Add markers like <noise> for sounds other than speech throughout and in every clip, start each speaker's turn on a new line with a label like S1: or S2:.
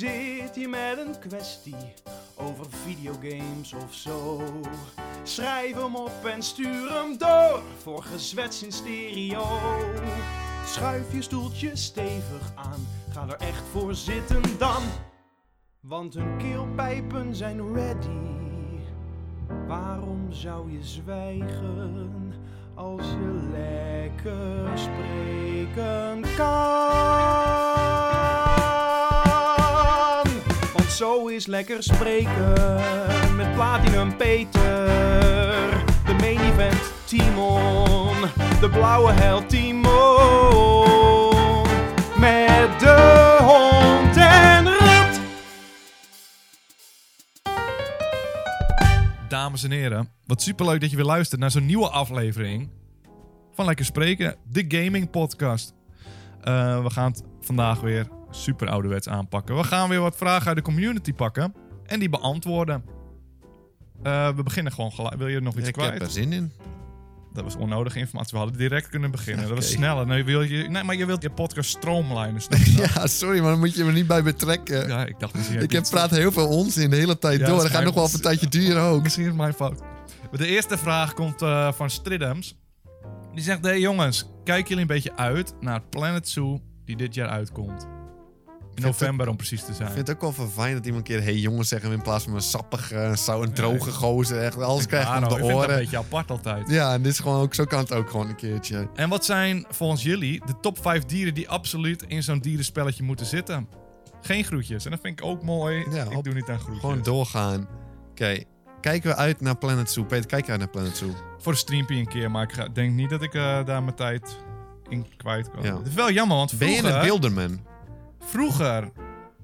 S1: Zit je met een kwestie over videogames of zo? Schrijf hem op en stuur hem door voor gezwets in stereo. Schuif je stoeltje stevig aan, ga er echt voor zitten dan. Want hun keelpijpen zijn ready. Waarom zou je zwijgen als je lekker spreken kan? Want zo is lekker spreken met Platinum Peter, de main event Timon, de blauwe held Timon, met de hond en rat.
S2: Dames en heren, wat superleuk dat je weer luistert naar zo'n nieuwe aflevering van Lekker Spreken, de Gaming Podcast. Eh, we gaan het vandaag weer super ouderwets aanpakken. We gaan weer wat vragen uit de community pakken en die beantwoorden. Eh, we beginnen gewoon gelijk. Wil je nog iets
S3: ik heb
S2: kwijt?
S3: er zin in.
S2: Dat was onnodige informatie. We hadden direct kunnen beginnen. Dat was
S3: Oké.
S2: sneller. Nee, wil je, nee, maar je wilt je podcast
S3: <laughs>
S2: stroomlijnen. snap je dat?
S3: Ja, sorry, maar dan moet je me niet bij betrekken.
S2: Ja, ik dacht misschien...
S3: ik
S2: je
S3: heb
S2: iets-
S3: praat heel veel onzin de hele tijd
S2: Ja,
S3: door.
S2: dat
S3: Dat gaat
S2: schijnt-
S3: nog wel even een tijdje duren
S2: <laughs>
S3: ook.
S2: Misschien is het mijn fout. Maar De eerste vraag komt eh, van Stridhams. Die zegt: Hey jongens, kijken jullie een beetje uit naar Planet Zoo die dit jaar uitkomt? In november om precies te
S3: Ik
S2: zijn.
S3: vind het ook wel verfijnd dat iemand een keer hey jongens zeggen in plaats van een sappige, een sau een droge gozer. Echt, alles krijgt
S2: Ah,
S3: je
S2: nou,
S3: op
S2: ik
S3: de
S2: vind dat een
S3: oren.
S2: beetje apart altijd.
S3: Ja, en dit is gewoon ook, zo kan het ook gewoon een keertje.
S2: En wat zijn volgens jullie de top 5 dieren die absoluut in zo'n dierenspelletje moeten zitten? Geen groetjes. En dat vind ik ook mooi.
S3: Ja,
S2: ik doe niet aan groetjes.
S3: Gewoon doorgaan. Oké, kijken we uit naar Planet Zoo. Peter, kijk uit naar Planet Zoo.
S2: Voor een streampie een keer, maar ik ga- denk niet dat ik eh, daar mijn tijd in kwijt kan.
S3: Ja.
S2: Het is wel jammer, want
S3: Ben je
S2: vroeger...
S3: een Bilderman?
S2: Vroeger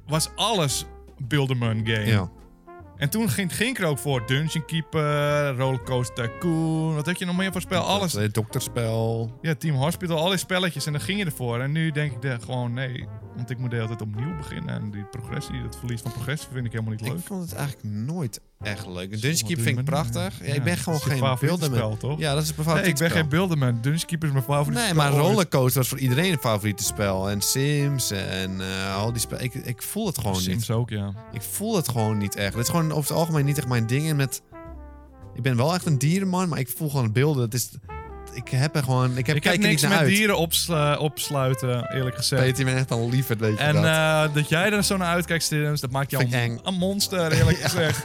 S2: was alles Bilderman game.
S3: Ja.
S2: En toen ging, ging ik er ook voor. Dungeon Keeper, Rollercoaster Tycoon. Wat had je nog meer voor spel? Alles.
S3: Het eh, dokterspel.
S2: Ja, Team Hospital, al die spelletjes. En dan ging je ervoor. En nu denk ik er gewoon nee. Want ik moet de hele tijd opnieuw beginnen. En die progressie, dat verlies van progressie vind ik helemaal niet
S3: Ik
S2: leuk.
S3: vond het eigenlijk nooit echt leuk. Een
S2: Wat
S3: Dungeon
S2: doe
S3: Keep vind
S2: je
S3: ik
S2: met-
S3: prachtig. Ja,
S2: Ja,
S3: ik ben
S2: dat
S3: gewoon
S2: is je
S3: geen
S2: favoriete
S3: Bilderman.
S2: spel, toch?
S3: Ja, dat is mijn
S2: Nee, ik
S3: favoriete
S2: ben
S3: spel.
S2: geen Bilderman. Dungeon Keeper is mijn favoriete
S3: Nee,
S2: spel
S3: maar
S2: ooit.
S3: Rollercoaster was voor iedereen een favoriete spel. En Sims en eh, al die spellen. Ik, ik voel het gewoon
S2: Sims
S3: niet.
S2: ook, ja.
S3: Ik voel het gewoon niet echt. Het is gewoon over het algemeen niet echt mijn ding. En met... Ik ben wel echt een dierenman, maar ik voel gewoon beelden. Dat is... Ik heb er gewoon... Ik, heb,
S2: ik
S3: kijk
S2: heb
S3: er
S2: niks
S3: niet naar
S2: met
S3: uit.
S2: dieren opsla- opsluiten, eerlijk gezegd.
S3: Peter, je bent echt al liefhebber, weet je
S2: En
S3: dat.
S2: eh, dat jij er zo naar uitkijkt, Stidens, dat maakt jou
S3: Vind ik
S2: een,
S3: eng.
S2: een monster,
S3: <laughs>
S2: eerlijk gezegd.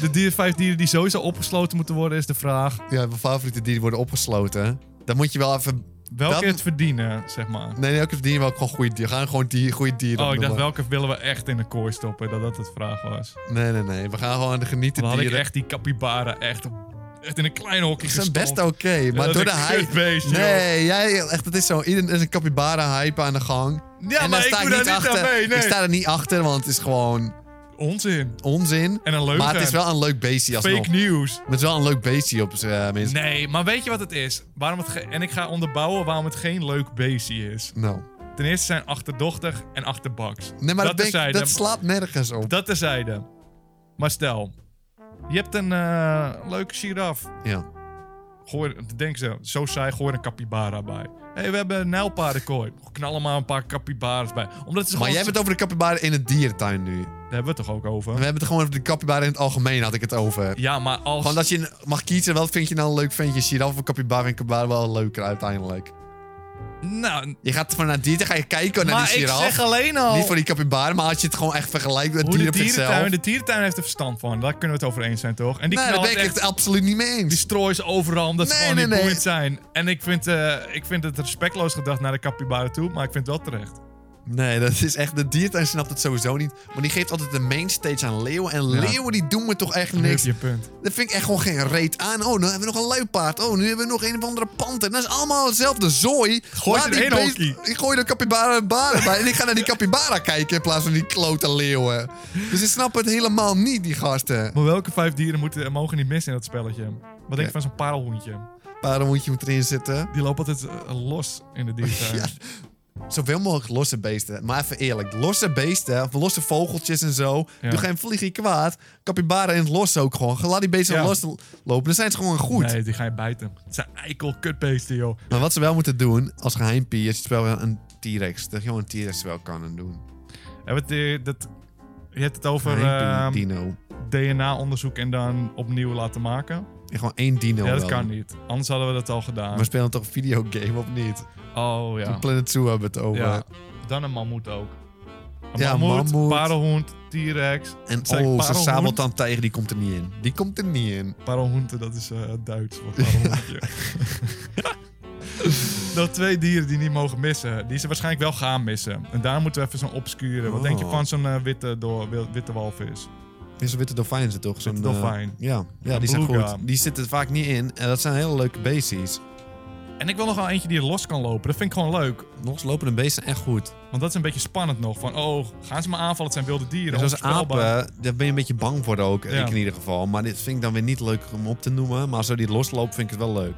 S2: De dier, vijf dieren die sowieso opgesloten moeten worden, is de vraag.
S3: Ja, mijn favoriete dieren worden opgesloten. Dan moet je wel even...
S2: Welke
S3: Dan-
S2: het verdienen, zeg maar.
S3: Nee, nee, elke dier wel gewoon goede dieren. We gaan gewoon dier, goede dieren
S2: Oh, ik dacht
S3: opnoemen.
S2: welke willen we echt in de kooi stoppen, dat dat het vraag was.
S3: Nee, nee, nee. We gaan gewoon de genieten
S2: Dan had ik
S3: dieren.
S2: echt die capybara echt, op- echt in een klein hokje
S3: Ze zijn
S2: gestopt.
S3: best oké, maar
S2: dat
S3: door de
S2: is een
S3: hype...
S2: kutbeest, joh.
S3: nee, jij, echt, het is zo. Iedereen is een capybara hype aan de gang.
S2: Ja, maar
S3: en daar
S2: ik
S3: sta
S2: moet daar niet
S3: achter.
S2: aan mee, nee.
S3: Ik sta er niet achter, want het is gewoon
S2: Onzin.
S3: onzin.
S2: En een leugen.
S3: Maar het is wel een leuk beestje alsnog.
S2: Fake news.
S3: Maar het is wel een leuk beestje op eh, zijn minst.
S2: Nee, maar weet je wat het is? Waarom het ge- en ik ga onderbouwen waarom het geen leuk beestje is.
S3: Nou.
S2: Ten eerste zijn achterdochtig en achterbaks.
S3: Nee, maar dat, denk,
S2: terzijde.
S3: dat slaat nergens op.
S2: Dat terzijde. Maar stel, je hebt een eh, leuke giraf.
S3: Ja.
S2: Gooi, denk ze, zo saai, gooi er een capybara bij. Hé, hey, we hebben een nijlpaardenkooi. Knal er maar een paar capybaras bij. Omdat het
S3: Maar
S2: gewoon-
S3: jij hebt het over de capybara in het dierentuin nu.
S2: Daar hebben we het toch ook over?
S3: We hebben het gewoon over de capybara in het algemeen, had ik het over.
S2: Ja, maar als...
S3: Gewoon dat je mag kiezen, wat vind je nou een leuk ventje? Giraffe of capybara? En capybara wel leuker uiteindelijk.
S2: Nou,
S3: Je gaat van naar dieren, ga je kijken naar
S2: maar
S3: die
S2: ik
S3: giraf.
S2: zeg alleen al...
S3: Niet voor die capybara, maar als je het gewoon echt vergelijkt met
S2: hoe de
S3: dieren op
S2: dierentuin,
S3: zichzelf.
S2: de dierentuin heeft er verstand van. Daar kunnen we het over eens zijn, toch? En die
S3: Nee, daar
S2: knalt
S3: ben ik
S2: echt
S3: het absoluut niet mee
S2: Die
S3: eens.
S2: strooien ze overal omdat ze
S3: Nee,
S2: gewoon
S3: nee,
S2: niet
S3: nee.
S2: boeiend zijn. En ik vind, eh, ik vind het respectloos gedacht naar de capybara toe, maar ik vind het wel terecht.
S3: Nee, dat is echt... De dierentuin snapt het sowieso niet. Maar die geeft altijd de mainstage aan leeuwen. En
S2: Ja.
S3: leeuwen die doen me toch echt
S2: Nu heb
S3: niks.
S2: je een punt.
S3: Dat vind ik echt gewoon geen reet aan. Oh, nu hebben we nog een luipaard. Oh, nu hebben we nog een of andere panter. Dat is allemaal hetzelfde zooi.
S2: Gooi
S3: Laat
S2: ze in
S3: die
S2: één
S3: beest-
S2: hokkie.
S3: Ik gooi de capybara baren bij. En ik ga naar die capybara kijken in plaats van die klote leeuwen. Dus ik snap het helemaal niet, die gasten.
S2: Maar welke vijf dieren moeten, mogen niet missen in dat spelletje? Wat denk
S3: Ja.
S2: je van zo'n parelhoentje?
S3: Paardenhoentje moet erin zitten.
S2: Die loopt altijd eh, los in de dierentuin.
S3: <laughs> Ja. Dus, eh, Zoveel mogelijk losse beesten. Maar even eerlijk, losse beesten, of losse vogeltjes en zo.
S2: Ja.
S3: Doe geen vliegje kwaad. Capybara in het los ook gewoon. Laat die beesten
S2: Ja.
S3: los lopen. Dan zijn ze gewoon goed.
S2: Nee, die ga je bijten. Het zijn eikel kutbeesten, joh.
S3: Maar wat ze wel moeten doen als geheimpie is het spel wel een T-Rex. Dat je gewoon een T-Rex wel kan doen.
S2: Hebben we het, eh, dat, je hebt het over
S3: Eén
S2: ehm,
S3: dino.
S2: DNA-onderzoek en dan opnieuw laten maken.
S3: Ja, Gewoon één dino.
S2: ja, dat
S3: wel.
S2: kan niet. Anders hadden we dat al gedaan.
S3: We spelen toch een videogame of niet?
S2: Oh ja.
S3: Planet Zoo hebben we het over.
S2: ja. Dan een mammoet ook. Een
S3: Ja,
S2: eh? mammoet,
S3: mammoet.
S2: parelhoend, T-rex.
S3: En
S2: Zeg,
S3: oh, zijn
S2: parelhoen?
S3: sabeltand tijger, die komt er niet in. Die komt er niet in.
S2: Parelhoenten, dat is eh, Duits voor <laughs> parelhoentje. Nog twee dieren die niet mogen missen. Die ze waarschijnlijk wel gaan missen. En daar moeten we even zo'n obscure. Wat denk je
S3: Oh.
S2: van zo'n eh, witte, door, wil- witte walvis?
S3: Is een witte dolfijn is het toch? Zo'n, eh,
S2: dolfijn.
S3: ja, ja
S2: Een
S3: die zijn
S2: beluga.
S3: goed. Die zitten er vaak niet in. En dat zijn hele leuke beestjes.
S2: En ik wil nog wel eentje die los kan lopen. Dat vind ik gewoon leuk.
S3: Loslopende beesten zijn echt goed.
S2: Want dat is een beetje spannend nog. Van, oh, gaan ze me aanvallen? Het zijn wilde dieren.
S3: Zoals
S2: onvoorspelbaar.
S3: Dus apen, daar ben je een beetje bang voor ook.
S2: Ja.
S3: Ik in ieder geval. Maar dit vind ik dan weer niet leuk om op te noemen. Maar zo die losloopt vind ik het wel leuk.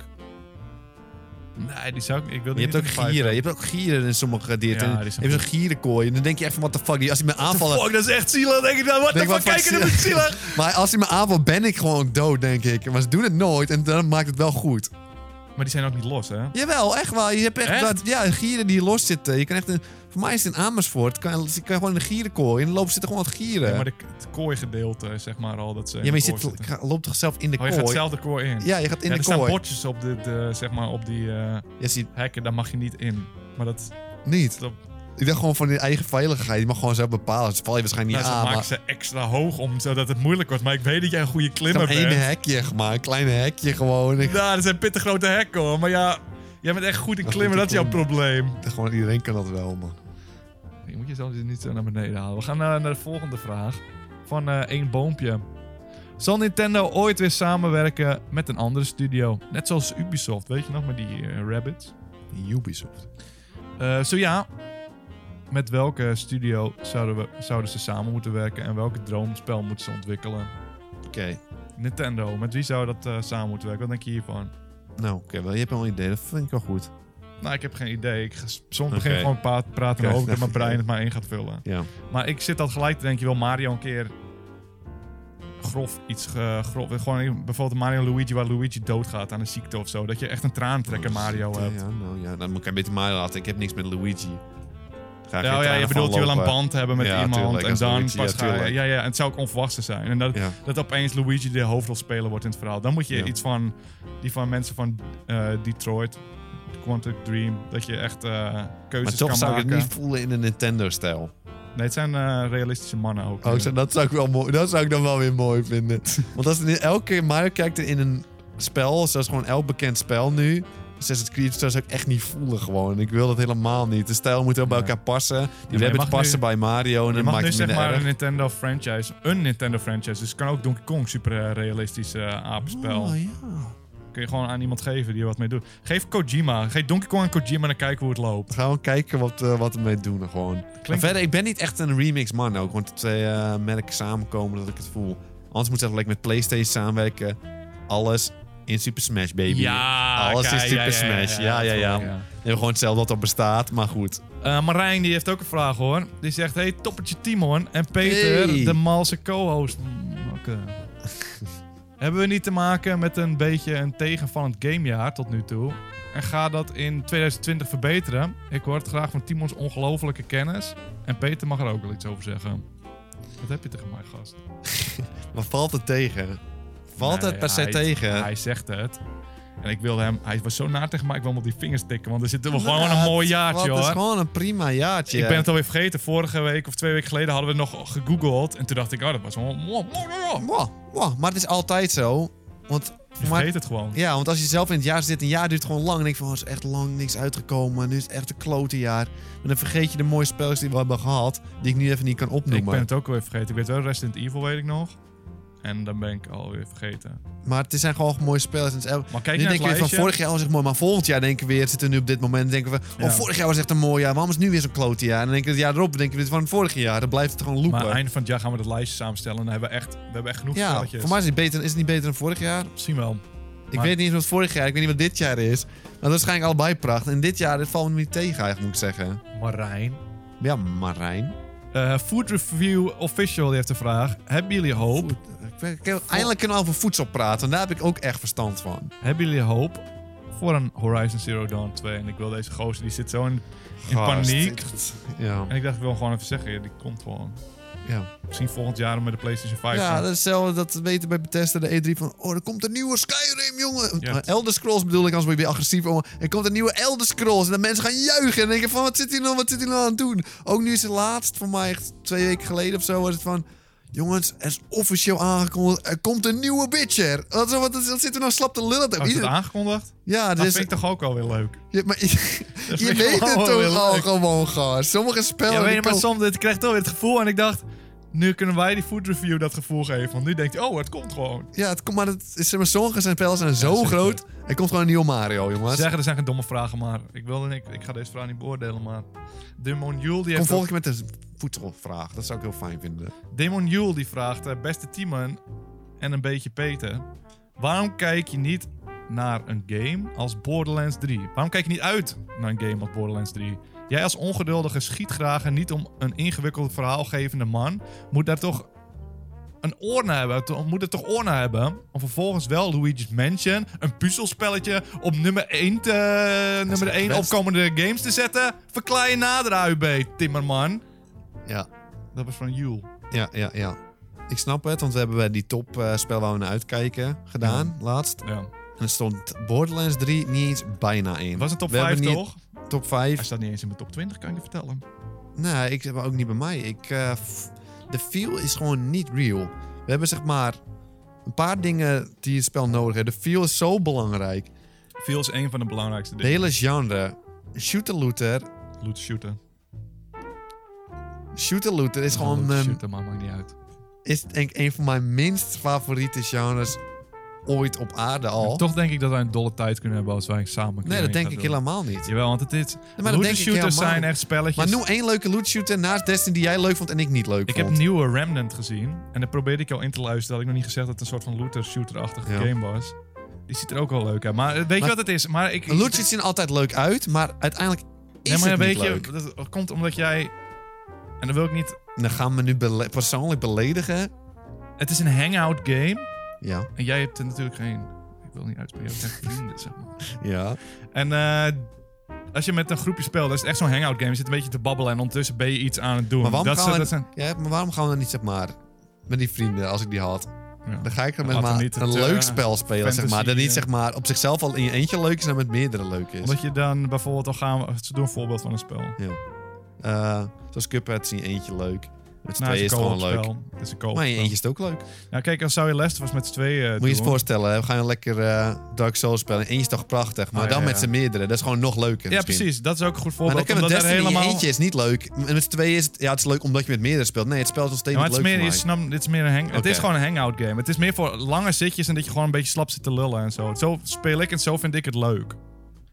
S2: Nee, die zou ik... ik wil
S3: Je
S2: die
S3: hebt ook
S2: niet in de vijf
S3: gieren. Je hebt ook gieren in sommige dieren.
S2: Ja,
S3: En
S2: die
S3: je
S2: zijn
S3: hebt zo'n gierenkooi. En dan denk je echt van, what the fuck. Die, als hij me aanvallen...
S2: Fuck, dat is echt zielig. Dan denk ik dan, wat de
S3: Denk
S2: fuck,
S3: wel
S2: kijk,
S3: van
S2: dat
S3: <laughs>
S2: is
S3: zielig.
S2: zielig.
S3: Maar als hij me aanvalt, ben ik gewoon dood, denk ik. Maar ze doen het nooit. En dan maakt het wel goed.
S2: <laughs> Maar die zijn ook niet los, hè?
S3: Jawel, echt wel. Je hebt echt,
S2: Echt?
S3: Dat, ja, gieren die los zitten. Je kan echt een, voor mij is het in Amersfoort. Kan, je kan gewoon in de gierenkooi. En dan lopen zitten gewoon wat gieren.
S2: Ja, maar de, het kooigedeelte, zeg maar al. Dat ze in
S3: je
S2: de kooi
S3: zit,
S2: zitten.
S3: ga- loopt toch zelf in de
S2: Oh, je
S3: kooi?
S2: gaat zelf de kooi in.
S3: Ja, je gaat in
S2: Ja,
S3: de
S2: er
S3: kooi.
S2: staan bordjes op, de, de- zeg maar, op die eh,
S3: Je ziet
S2: hekken, daar mag je niet in. Maar dat,
S3: niet.
S2: dat,
S3: Ik dacht gewoon van je eigen veiligheid. Je mag gewoon zelf bepalen. Dus val je waarschijnlijk
S2: nou,
S3: niet
S2: ze
S3: aan.
S2: maken
S3: Maar
S2: ze extra hoog om, zodat het moeilijk wordt. Maar ik weet dat jij een goede
S3: ik
S2: klimmer
S3: heb
S2: bent.
S3: één hekje gemaakt. Een klein hekje gewoon. Ik,
S2: Nou, dat zijn pittig grote hekken hoor. Maar ja, jij bent echt goed in
S3: Dat
S2: klimmen, dat
S3: moet
S2: is
S3: je
S2: jouw probleem.
S3: gewoon iedereen kan dat wel, man.
S2: Je moet jezelf dus niet zo naar beneden halen. We gaan eh, naar de volgende vraag. Van eh, één boompje. Zal Nintendo ooit weer samenwerken met een andere studio? Net zoals Ubisoft, weet je nog, met die eh, Rabbids?
S3: Ubisoft.
S2: Eh, zo ja, met welke studio zouden, we, zouden ze samen moeten werken en welke droomspel moeten ze ontwikkelen?
S3: Oké.
S2: Nintendo, met wie zou dat eh, samen moeten werken? Wat denk je hiervan?
S3: Nou, oké. wel, je hebt wel een idee. Dat vind ik wel goed.
S2: Nou, ik heb geen idee. Ik ga, soms begin
S3: Oké.
S2: ik gewoon pa- te praten
S3: Oké.
S2: over dat mijn brein het maar in gaat vullen.
S3: Ja.
S2: Maar ik zit al gelijk te denken, je wil Mario een keer grof iets, ge- grof, gewoon een- bijvoorbeeld Mario en Luigi waar Luigi doodgaat aan een ziekte of zo. Dat je echt een traantrekker Mario
S3: Ja,
S2: hebt.
S3: Oh, Ja, nou ja. Dan moet ik een beetje Mario laten. Ik heb niks met Luigi. Ga
S2: Ja, oh ja, je bedoelt, je wil een band hebben met
S3: Ja,
S2: iemand
S3: tuurlijk,
S2: en
S3: als
S2: dan
S3: Luigi,
S2: pas
S3: ja,
S2: ga je...
S3: tuurlijk.
S2: Ja, ja, en het zou ook onvolwassen zijn. En dat,
S3: Ja.
S2: dat opeens Luigi de hoofdrolspeler wordt in het verhaal. Dan moet je
S3: Ja.
S2: iets van... Die van mensen van eh, Detroit, Quantum Dream, dat je echt eh,
S3: Maar
S2: keuzes
S3: toch
S2: kan
S3: zou
S2: maken.
S3: ik het niet voelen in een Nintendo-stijl.
S2: Nee, het zijn eh, realistische mannen ook.
S3: Oh, ik zou- dat, zou ik wel mooi, dat zou ik dan wel weer mooi <laughs> vinden. Want als het in- elke keer Mario kijkt in een spel, zoals gewoon elk bekend spel nu. Assassin's Creed, zo zou ik echt niet voelen gewoon. Ik wil dat helemaal niet. De stijl moet wel bij
S2: Nee.
S3: elkaar passen.
S2: je
S3: Die hebben
S2: mag
S3: het passen
S2: nu-
S3: bij Mario en
S2: je
S3: dan
S2: mag
S3: maakt
S2: nu
S3: het
S2: zeg
S3: minder
S2: maar
S3: erg.
S2: een Nintendo franchise, een Nintendo franchise. Dus het kan ook Donkey Kong, super eh, realistisch eh, apenspel.
S3: Oh, ja.
S2: Kun je gewoon aan iemand geven die er wat mee doet. Geef Kojima, geef Donkey Kong en Kojima en dan kijken hoe het loopt.
S3: We gaan wel kijken wat, eh, wat ermee doen gewoon. Maar verder, ik ben niet echt een remix man ook. Want de twee eh, merken samenkomen dat ik het voel. Anders moet ze even lekker met PlayStation samenwerken. Alles in Super Smash Baby.
S2: Ja,
S3: Alles
S2: kijk,
S3: is Super
S2: ja, ja,
S3: Smash. Ja, ja, ja.
S2: natuurlijk,
S3: We hebben gewoon hetzelfde dat er bestaat, maar goed.
S2: Eh, Marijn die heeft ook een vraag hoor. Die zegt: Hey, toppertje Timon en Peter,
S3: Hey.
S2: de Malse co-host. Mm, oké.
S3: <laughs>
S2: Hebben we niet te maken met een beetje een tegenvallend gamejaar tot nu toe? En ga dat in 2020 verbeteren? Ik hoor het graag van Timons ongelofelijke kennis. En Peter mag er ook wel iets over zeggen. Wat heb je tegen mij, gast?
S3: Maar valt het tegen? Valt
S2: Nee,
S3: het per se
S2: hij-
S3: tegen?
S2: Hij zegt het. En ik wilde hem... Hij was zo naar tegen mij, ik wil hem op die vingers tikken. Want er zitten we gewoon
S3: Nou,
S2: een mooi
S3: het-
S2: jaartje,
S3: want Het
S2: hoor.
S3: is gewoon een prima jaartje.
S2: Ik ben het alweer vergeten. Vorige week of twee weken geleden hadden we het nog gegoogeld. En toen dacht ik, oh, dat was wel... mwah, mwah, mwah.
S3: Mwah, mwah. Maar het is altijd zo. Want,
S2: Je
S3: maar-
S2: vergeet het gewoon.
S3: ja, want als je zelf in het jaar zit, een jaar duurt gewoon lang. En ik van, oh, is echt lang niks uitgekomen. Nu is het echt een klote jaar. En dan vergeet je de mooie spelers die we hebben gehad, die ik nu even niet kan
S2: ik
S3: opnoemen.
S2: ben het ook alweer vergeten. Ik weet wel Resident Evil, weet ik nog. En dan ben ik alweer vergeten.
S3: Maar het zijn gewoon mooie spelers. En het is elk-
S2: Maar kijk
S3: nu
S2: naar
S3: denken
S2: het
S3: we van
S2: lijstje.
S3: vorig jaar was echt mooi, maar volgend jaar denken we weer, zitten we nu op dit moment, en denken we,
S2: Ja.
S3: oh vorig jaar was echt een mooi jaar, waarom is het nu weer zo'n klote jaar? En dan denken we het jaar erop, denken we dit van vorig jaar, dan blijft het gewoon
S2: Maar
S3: loopen.
S2: einde van het jaar gaan we dat lijstje samenstellen. En dan hebben we echt, we hebben echt genoeg
S3: ja,
S2: spelletjes.
S3: voor mij is het, beter, is het niet beter dan vorig jaar.
S2: Misschien wel.
S3: Ik
S2: Maar-
S3: weet niet eens wat vorig jaar, ik weet niet wat dit jaar is. Maar dat is waarschijnlijk allebei pracht. En dit jaar, dit valt me niet tegen eigenlijk, moet ik zeggen.
S2: Marijn.
S3: Ja, Marijn.
S2: Eh, Food Review Official die heeft de vraag. Hebben jullie hoop?
S3: Goed, ik weet- ik heb- Eindelijk kunnen we over voedsel praten, want daar heb ik ook echt verstand van.
S2: Hebben jullie hoop voor een Horizon Zero Dawn 2. En ik wil deze gozer, die zit zo in, in
S3: Gast,
S2: paniek.
S3: echt. Ja.
S2: En ik dacht, ik wil hem gewoon even zeggen, ja, die komt gewoon.
S3: Ja.
S2: Misschien volgend jaar met de PlayStation 5.
S3: ja, dat is hetzelfde dat we weten bij Bethesda, de E3 van... Oh, er komt een nieuwe Skyrim, jongen.
S2: Ja.
S3: Eh, Elder Scrolls bedoel ik, anders word ik weer agressief. Oh, er komt een nieuwe Elder Scrolls. En dan mensen gaan juichen en denken van... Wat zit hij nou, wat zit hij nou aan het doen? Ook nu is het laatst, voor mij echt twee weken geleden of zo, was het van... Jongens, er is officieel aangekondigd, er komt een nieuwe Witcher. Wat, wat, wat zitten we nou slap te lullen? te-
S2: Had je
S3: Ieder-
S2: het aangekondigd?
S3: ja,
S2: Dat
S3: dus,
S2: vind ik toch ook wel weer leuk.
S3: ja, maar, je
S2: vind ik
S3: weet
S2: gewoon
S3: het
S2: heel
S3: toch al
S2: leuk.
S3: gewoon, gast. Sommige spellen...
S2: Ja,
S3: die
S2: weet je, maar
S3: komen-
S2: soms ik krijg toch weer het gevoel. En ik dacht, nu kunnen wij die food review dat gevoel geven. Want nu denkt hij, oh, het komt gewoon.
S3: Ja, het komt, maar, het, is- zeg maar sommige zijn pijlen zijn zo
S2: zeker.
S3: groot. Er komt gewoon een nieuwe Mario, jongens.
S2: Ze zeggen, er zijn geen domme vragen, maar ik, wilde, ik, ik ga deze vraag niet beoordelen. Maar Demon Yule, die
S3: Kom
S2: heeft
S3: volgende keer met een voedselvraag. Dat zou ik heel fijn vinden.
S2: Demon Yule die vraagt, eh, beste Timon en een beetje Peter, waarom kijk je niet naar een game als Borderlands 3? Waarom kijk je niet uit naar een game als Borderlands 3? Jij als ongeduldige schietgrager, niet om een ingewikkeld verhaalgevende man, moet daar toch een oor naar hebben, to- moet er toch oor naar hebben om vervolgens wel Luigi's Mansion, een puzzelspelletje, op nummer 1, te, nummer
S3: echt
S2: 1
S3: best.
S2: opkomende games te zetten. Verklaar je nader, AUB, Timmerman.
S3: Ja,
S2: Dat was van Yule.
S3: ja, ja, ja. Ik snap het, want we hebben bij die topspel spel waar we naar uitkijken gedaan, laatst.
S2: Ja.
S3: En er stond Borderlands 3 niet eens bijna in.
S2: Was het top
S3: We
S2: 5
S3: hebben niet-
S2: toch?
S3: Top 5.
S2: Hij staat niet eens in mijn top 20, kan je vertellen.
S3: Nee, ik heb ook niet bij mij. Ik, eh, f- de feel is gewoon niet real. We hebben zeg maar een paar dingen die het spel nodig heeft. De feel is zo belangrijk.
S2: Veel is een van de belangrijkste
S3: De
S2: dingen.
S3: hele genre. Shooter-looter.
S2: Loot shooten.
S3: Shooter-looter is gewoon
S2: Loot
S3: ehm,
S2: shooten, maar maakt niet uit.
S3: is denk ik een van mijn minst favoriete genres ooit op aarde al.
S2: Toch denk ik dat wij een dolle tijd kunnen hebben als wij samen
S3: nee, dat
S2: kunnen
S3: denk
S2: gaan
S3: ik
S2: doen.
S3: helemaal niet.
S2: Jawel, want het is...
S3: dat
S2: loot
S3: denk ik
S2: shooters
S3: helemaal
S2: zijn
S3: niet.
S2: echt spelletjes.
S3: Maar noem één leuke loot shooter naast Destiny die jij leuk vond en ik niet leuk
S2: ik heb
S3: vond.
S2: een nieuwe Remnant gezien. En daar probeerde ik jou in te luisteren. Had ik nog niet gezegd dat het een soort van looter-shooter-achtige
S3: Ja.
S2: game was. Die ziet er ook wel leuk uit. Maar eh, weet je
S3: Maar-
S2: wat het is? Maar ik,
S3: Een Loot shooters zien altijd leuk uit, maar uiteindelijk is
S2: nee, maar
S3: het
S2: weet
S3: niet
S2: je,
S3: leuk.
S2: dat komt omdat jij... En dan wil ik niet...
S3: En dan gaan we nu bele- persoonlijk beledigen.
S2: Het is een hangout game.
S3: Ja,
S2: En jij hebt er natuurlijk geen... Ik wil niet uitspreken, jij hebt geen vrienden, zeg maar.
S3: ja.
S2: En eh, als je met een groepje speelt, dat is echt zo'n hangout game. Je zit een beetje te babbelen en ondertussen ben je iets aan het doen.
S3: Maar waarom,
S2: dat
S3: gaan
S2: is-
S3: we,
S2: dat zijn,
S3: ja, maar waarom gaan we dan niet, zeg maar, met die vrienden, als ik die had...
S2: ja.
S3: Dan ga ik er met
S2: Laten we
S3: maar
S2: niet
S3: een
S2: het,
S3: leuk
S2: eh,
S3: spel spelen, zeg maar. Dat
S2: fantasy,
S3: niet,
S2: eh,
S3: zeg maar, op zichzelf al in je eentje leuk is, maar met meerdere leuk is.
S2: Omdat je dan bijvoorbeeld al gaan... we- Ze doen een voorbeeld van een spel. Nou,
S3: Eh, zoals Cuphead is in je eentje leuk. Met z'n
S2: het
S3: tweeën
S2: Nou, is
S3: is
S2: een
S3: het gewoon
S2: co-op
S3: leuk.
S2: spel. Het is een co-op
S3: Maar in je
S2: spel.
S3: eentje is het ook leuk.
S2: Nou kijk, als zou je Last of Us met z'n tweeën eh,
S3: Moet je eens voorstellen, hè, we gaan een lekker eh, Dark Souls spelen. Eentje is toch prachtig, maar
S2: Oh, ja,
S3: dan
S2: ja,
S3: met
S2: ja.
S3: z'n meerdere. Dat is gewoon nog leuker
S2: Ja,
S3: misschien.
S2: precies. Dat is ook een goed
S3: Maar
S2: voorbeeld.
S3: dan kunnen we
S2: omdat
S3: Destiny
S2: er helemaal...
S3: in je eentje is niet leuk. En met z'n tweeën is het, ja, het is leuk omdat je met meerdere speelt. Nee, het spel is nog steeds
S2: Ja, maar het
S3: niet
S2: is,
S3: leuk
S2: meer,
S3: voor
S2: je
S3: mij.
S2: snapt- dit is meer een hang, Het
S3: Oké.
S2: is gewoon een hangout game. Het is meer voor lange zitjes en dat je gewoon een beetje slap zit te lullen en zo. Zo speel ik en zo vind ik het leuk.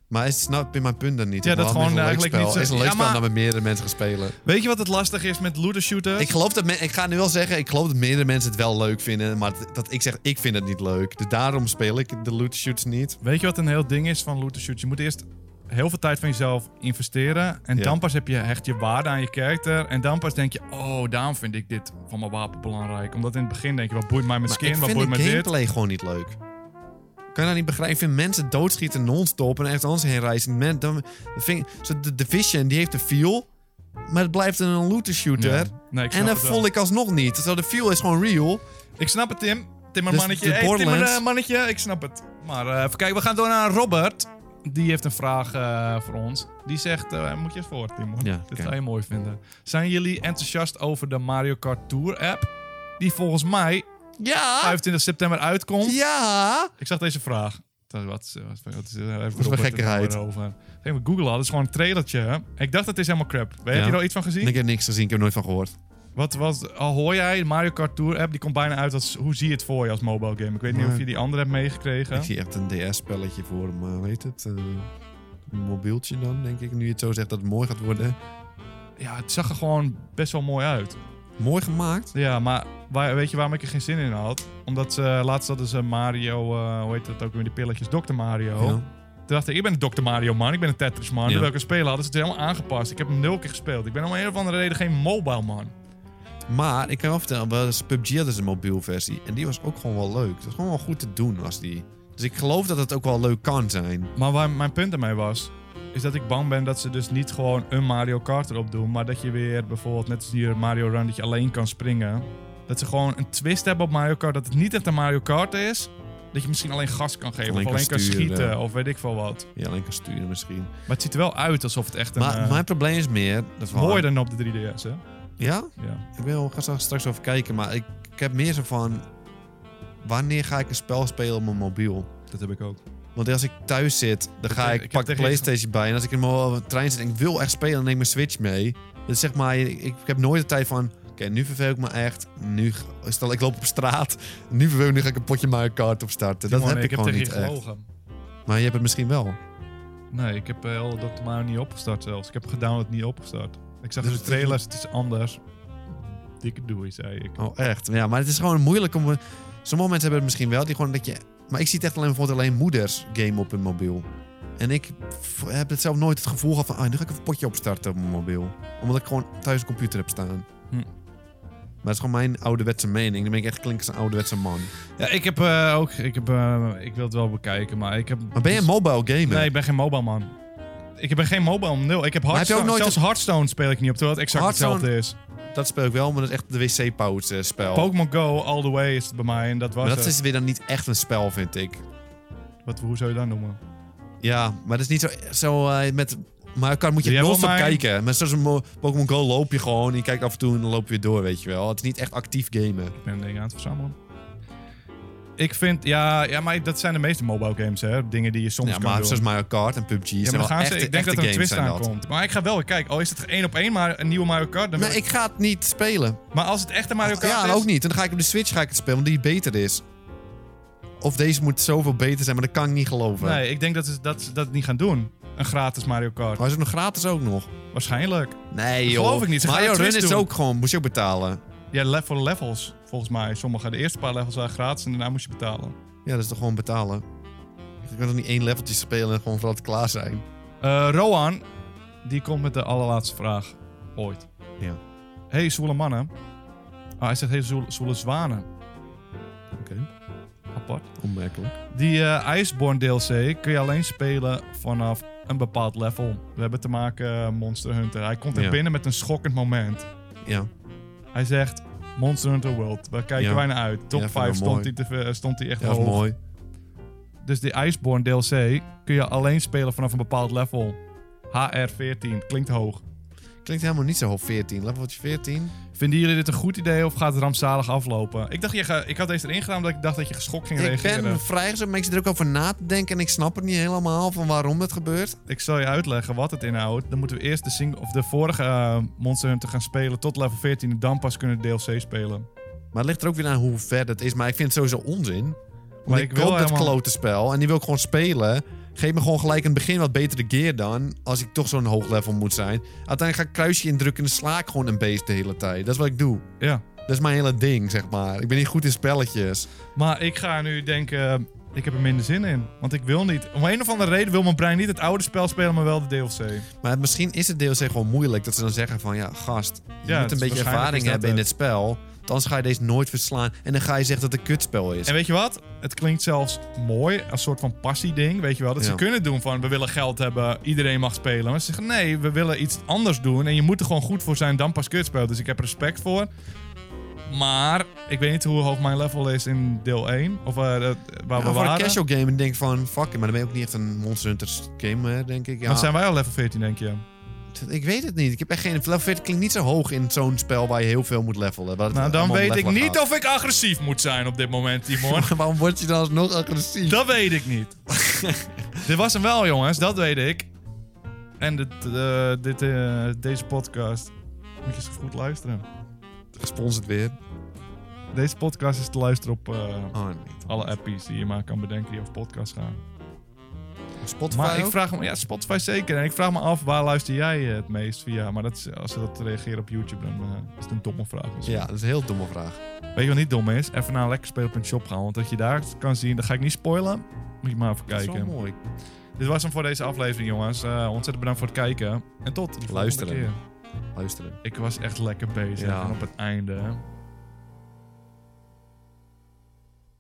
S3: Maar het snap je mijn punt dan niet?
S2: Ja, dat
S3: Waarom is
S2: gewoon
S3: het een
S2: eigenlijk
S3: leuk spel?
S2: niet zo-
S3: is een leuk
S2: Ja,
S3: spel
S2: maar-
S3: dan met meerdere mensen gaan spelen.
S2: Weet je wat het lastig is met looter shooters?
S3: Ik geloof dat men, ik ga nu wel zeggen, ik geloof dat meerdere mensen het wel leuk vinden. Maar dat, dat ik zeg, ik vind het niet leuk. Dus daarom speel ik de loot shoots niet.
S2: Weet je wat een heel ding is van looter shoot? Je moet eerst heel veel tijd van jezelf investeren. En
S3: Ja.
S2: dan pas heb je, hecht je waarde aan je karakter. En dan pas denk je, oh, daarom vind ik dit van mijn wapen belangrijk. Omdat in het begin denk je, wat boeit mij mijn
S3: Maar
S2: skin,
S3: ik
S2: wat
S3: vind
S2: boeit mij
S3: de
S2: dit.
S3: gameplay gewoon niet leuk. Kan je dat niet begrijpen? Ik vind mensen doodschieten non-stop en echt anders heen reizen. Men, dan, dat vind ik- zo de Division, die heeft de feel, maar het blijft een looter shooter.
S2: Ja. Nee, ik
S3: en
S2: snap
S3: dat
S2: het wel.
S3: vond ik alsnog niet. Zo, de feel is gewoon real.
S2: Ik snap het, Tim. Timmermannetje.
S3: Dus de
S2: hey,
S3: Borderlands-
S2: Timmermannetje, ik snap het. Maar eh, even kijken, we gaan door naar Robert. Die heeft een vraag eh, voor ons. Die zegt, eh, moet je eens voor, Tim. hoor.
S3: Ja,
S2: Dit
S3: oké.
S2: zou je mooi vinden. Zijn jullie enthousiast over de Mario Kart Tour app? Die volgens mij
S3: Ja!
S2: 25 september uitkomt.
S3: Ja!
S2: Ik zag deze vraag. Wat, wat, wat, wat is dit? Even
S3: is
S2: Robert eh, het
S3: gekkigheid.
S2: over. Geen maar Google had, het is gewoon een trailertje. hè? Ik dacht dat is helemaal crap. Weet
S3: Ja.
S2: je er al iets van gezien?
S3: Ik heb niks gezien, ik heb er nooit van gehoord.
S2: Wat, wat, al hoor jij, de Mario Kart Tour app, die komt bijna uit als hoe zie je het voor je als mobile game. Ik weet niet
S3: Nee.
S2: of je die andere hebt meegekregen.
S3: Ik zie echt een DS-spelletje voor me, weet het? eh, een mobieltje dan, denk ik. Nu je het zo zegt dat het mooi gaat worden. eh,
S2: Ja, het zag er gewoon best wel mooi uit.
S3: Mooi gemaakt.
S2: Ja, maar waar- weet je waarom ik er geen zin in had? Omdat ze, laatst hadden ze Mario, eh, hoe heet dat ook weer, die pilletjes, Dr. Mario.
S3: Ja.
S2: Toen dacht ik, ik ben een Dr. Mario man, ik ben een Tetris man.
S3: Ja.
S2: Toen welke spelen hadden ze het helemaal aangepast. Ik heb hem nul keer gespeeld. Ik ben om een of andere reden geen mobile man.
S3: Maar dus ik kan wel vertellen, wel eens PUBG hadden ze een mobiel versie. En die was ook gewoon wel leuk. Dat was gewoon wel goed te doen als die. Dus ik geloof dat het ook wel leuk kan zijn.
S2: Maar waar mijn punt ermee was, is dat ik bang ben dat ze dus niet gewoon een Mario Kart erop doen, maar dat je weer bijvoorbeeld, net als die Mario Run, dat je alleen kan springen. Dat ze gewoon een twist hebben op Mario Kart, dat het niet echt een Mario Kart is. Dat je misschien alleen gas kan geven,
S3: Alleen
S2: of
S3: kan
S2: alleen kan
S3: sturen.
S2: schieten, of weet ik veel wat.
S3: Ja, alleen kan sturen misschien.
S2: Maar het ziet er wel uit alsof het echt een...
S3: maar
S2: eh,
S3: mijn probleem is meer... Dat van-
S2: mooier dan op de 3DS, hè?
S3: Ja?
S2: Ja.
S3: Ik wil, ga straks- straks over kijken, maar ik, ik heb meer zo van... Wanneer ga ik een spel spelen op mijn mobiel?
S2: Dat heb ik ook.
S3: Want als ik thuis zit, dan ga
S2: heb-
S3: ik,
S2: ik heb
S3: pak de
S2: tegen-
S3: Playstation bij. En als ik in mijn eh, trein zit en ik wil echt spelen, dan neem ik mijn Switch mee. Dus zeg maar, ik, ik heb nooit de tijd van... Oké, nu verveel ik me echt. Nu, ga- stel, ik loop op straat. <laughs> Nu verveel ik me, nu ga ik een potje Mario Kart opstarten. Dat
S2: Timon,
S3: heb ik,
S2: heb
S3: gewoon
S2: tegen
S3: niet
S2: je
S3: echt.
S2: gelogen.
S3: Maar je hebt het misschien wel.
S2: Nee, ik heb eh, heel Dr. Mario niet opgestart zelfs. Ik heb gedownload niet opgestart. Ik zag
S3: Dus
S2: de
S3: het is-
S2: trailers, het is anders. Dikke doei, zei ik.
S3: Oh, echt? Ja, maar het is gewoon moeilijk om... eh, Sommige mensen hebben het misschien wel, die gewoon dat je... Maar ik zie het echt alleen, bijvoorbeeld alleen moeders game op hun mobiel. En ik f- heb het zelf nooit het gevoel gehad van... Ah, nu ga ik even een potje opstarten op mijn mobiel. Omdat ik gewoon thuis een computer heb staan.
S2: Hm.
S3: Maar het is gewoon mijn ouderwetse mening. Dan ben ik echt klink als een ouderwetse man.
S2: Ja, ik heb eh, ook... Ik, heb, eh, ik wil het wel bekijken, maar ik heb... dus-
S3: Maar ben je een mobile gamer?
S2: Nee, ik ben geen mobile man. Ik ben geen mobile, nul. Ik heb
S3: Maar heb je ook
S2: Hearthstone.
S3: nooit
S2: Zelfs Hearthstone speel ik niet op, terwijl het exact
S3: Hearthstone-
S2: hetzelfde is.
S3: Dat speel ik wel, maar dat is echt de wc-pauze spel.
S2: Pokémon Go all the way is het bij mij en dat was
S3: Oh. maar dat
S2: het.
S3: is weer dan niet echt een spel, vind ik.
S2: Wat, hoe zou je dat noemen?
S3: Ja, maar dat is niet zo... zo eh, met, maar kan moet je
S2: Jij wil
S3: non-stop
S2: mij-
S3: kijken. Met zo'n Mo- Pokémon Go loop je gewoon. Je kijkt af en toe en dan loop je weer door, weet je wel. Het is niet echt actief gamen.
S2: Ik ben dingen aan het verzamelen. Ik vind... Ja, ja maar dat zijn de meeste mobile games, hè. Dingen die je soms
S3: ja,
S2: kan
S3: maar
S2: doen.
S3: zoals Mario Kart en PUBG
S2: Ja,
S3: zijn
S2: maar
S3: wel
S2: dan gaan ze,
S3: echte,
S2: ik denk dat er
S3: echte
S2: een
S3: games
S2: twist
S3: zijn dat.
S2: aankomt. Maar ik ga wel kijken. Al is het één op één, maar een nieuwe Mario Kart. Dan
S3: Nee, ik ga het niet spelen.
S2: Maar als het echt een Mario Kart
S3: ja,
S2: is...
S3: ook niet. En dan ga ik op de Switch ga ik het spelen, want die beter is. Of deze moet zoveel beter zijn, maar dat kan ik niet geloven.
S2: Nee, ik denk dat ze dat, ze dat niet gaan doen. Een gratis Mario Kart.
S3: Maar is het nog gratis ook nog?
S2: Waarschijnlijk.
S3: Nee,
S2: Dat
S3: joh.
S2: geloof ik niet. Ze gaan
S3: Mario
S2: een
S3: Run
S2: twist
S3: is
S2: doen.
S3: ook gewoon, moest je ook betalen.
S2: Ja, le- voor de levels, volgens mij. Sommige. De eerste paar levels waren gratis en daarna moest je betalen.
S3: Ja, dat is toch gewoon betalen. Je kan toch niet één leveltje spelen en gewoon voor dat klaar zijn.
S2: Eh, Rohan, die komt met de allerlaatste vraag ooit.
S3: Ja.
S2: Hey, zoele mannen. Ah, hij zegt, hey, zoele, zoele zwanen.
S3: Oké,
S2: Apart.
S3: onmerkelijk.
S2: Die eh Iceborne DLC kun je alleen spelen vanaf een bepaald level. We hebben te maken eh, Monster Hunter. Hij komt er
S3: Ja.
S2: binnen met een schokkend moment.
S3: Ja.
S2: Hij zegt Monster Hunter World. Waar kijken
S3: Ja.
S2: wij naar uit? Top
S3: Ja, vind ik
S2: 5
S3: wel
S2: stond hij, te- eh, stond hij echt
S3: Ja,
S2: hoog.
S3: is mooi.
S2: Dus die Iceborne DLC kun je alleen spelen vanaf een bepaald level. HR14, klinkt hoog.
S3: Klinkt helemaal niet zo hoog 14. Leveltje 14.
S2: Vinden jullie dit een goed idee of gaat het rampzalig aflopen? Ik, dacht, je ga- ik had deze erin gedaan omdat ik dacht dat je geschokt ging
S3: Ik
S2: reageren.
S3: ben vrijgezocht, maar ik zit er ook over na te denken en ik snap het niet helemaal van waarom het gebeurt.
S2: Ik zal je uitleggen wat het inhoudt. Dan moeten we eerst de, sing- of de vorige eh, Monster Hunter gaan spelen tot level 14 en dan pas kunnen de DLC spelen.
S3: Maar het ligt er ook weer aan hoe ver dat is. Maar ik vind het sowieso onzin. Want
S2: Maar
S3: ik
S2: ik wil
S3: koop dat
S2: helemaal-
S3: klote spel en die wil ik gewoon spelen. Geef me gewoon gelijk in het begin wat betere gear dan. Als ik toch zo'n hoog level moet zijn. Uiteindelijk ga ik kruisje indrukken en sla ik gewoon een beest de hele tijd. Dat is wat ik doe.
S2: Ja.
S3: Dat is mijn hele ding, zeg maar. Ik ben niet goed in spelletjes.
S2: Maar ik ga nu denken, eh, ik heb er minder zin in. Want ik wil niet. Om een of andere reden wil mijn brein niet het oude spel spelen, maar wel de DLC.
S3: Maar misschien is het DLC gewoon moeilijk dat ze dan zeggen van... Ja, gast, je
S2: Ja,
S3: moet een
S2: het is
S3: beetje
S2: waarschijnlijk is
S3: ervaring
S2: dat
S3: hebben in
S2: het.
S3: dit spel. Anders ga je deze nooit verslaan. En dan ga je zeggen dat het een kutspel is.
S2: En weet je wat? Het klinkt zelfs mooi, als soort van passieding, weet je wel. Dat ze
S3: Ja.
S2: kunnen doen van, we willen geld hebben, iedereen mag spelen. Maar ze zeggen, nee, we willen iets anders doen. En je moet er gewoon goed voor zijn, dan pas kun je het spelen. Dus ik heb respect voor. Maar ik weet niet hoe hoog mijn level is in deel 1. Of eh, dat- waar
S3: Ja,
S2: we
S3: voor een
S2: waren.
S3: casual game en denk van... Fuck it, maar dan ben je ook niet echt een Monster Hunter gamer, denk ik. Ja,
S2: Dan zijn wij al level 14, denk je.
S3: Ik weet het niet. Ik heb echt geen... Level 40 klinkt niet zo hoog in zo'n spel waar je heel veel moet levelen. waar het
S2: Nou, dan
S3: allemaal om
S2: weet ik
S3: levelen
S2: niet
S3: gaat.
S2: of ik agressief moet zijn op dit moment, Timon.
S3: <laughs> Waarom word je dan alsnog agressief?
S2: Dat weet ik niet.
S3: <laughs>
S2: dit was hem wel, jongens. Dat weet ik. En dit, eh, dit, eh, deze podcast... Moet je eens goed luisteren.
S3: Gesponsord weer.
S2: Deze podcast is te luisteren op eh,
S3: Oh, nee.
S2: alle appies die je maar kan bedenken die over podcasts gaan.
S3: Spotify
S2: Maar ik
S3: ook?
S2: vraag me... Ja, Spotify zeker. En ik vraag me af, waar luister jij eh, het meest via? Maar dat is, als ze dat reageren op YouTube, dan eh, is het een domme vraag. misschien.
S3: Ja, dat is een heel domme vraag.
S2: Weet je wat niet dom is? Even naar lekkerspelen.shop gaan. Want dat je daar kan zien, dat ga ik niet spoilen. Moet je maar even
S3: Dat is wel
S2: kijken.
S3: mooi.
S2: Dit was hem voor deze aflevering, jongens. Eh, ontzettend bedankt voor het kijken. En tot de volgende
S3: Luisteren.
S2: keer.
S3: Luisteren.
S2: Ik was echt lekker bezig.
S3: Ja.
S2: En op het einde. hè.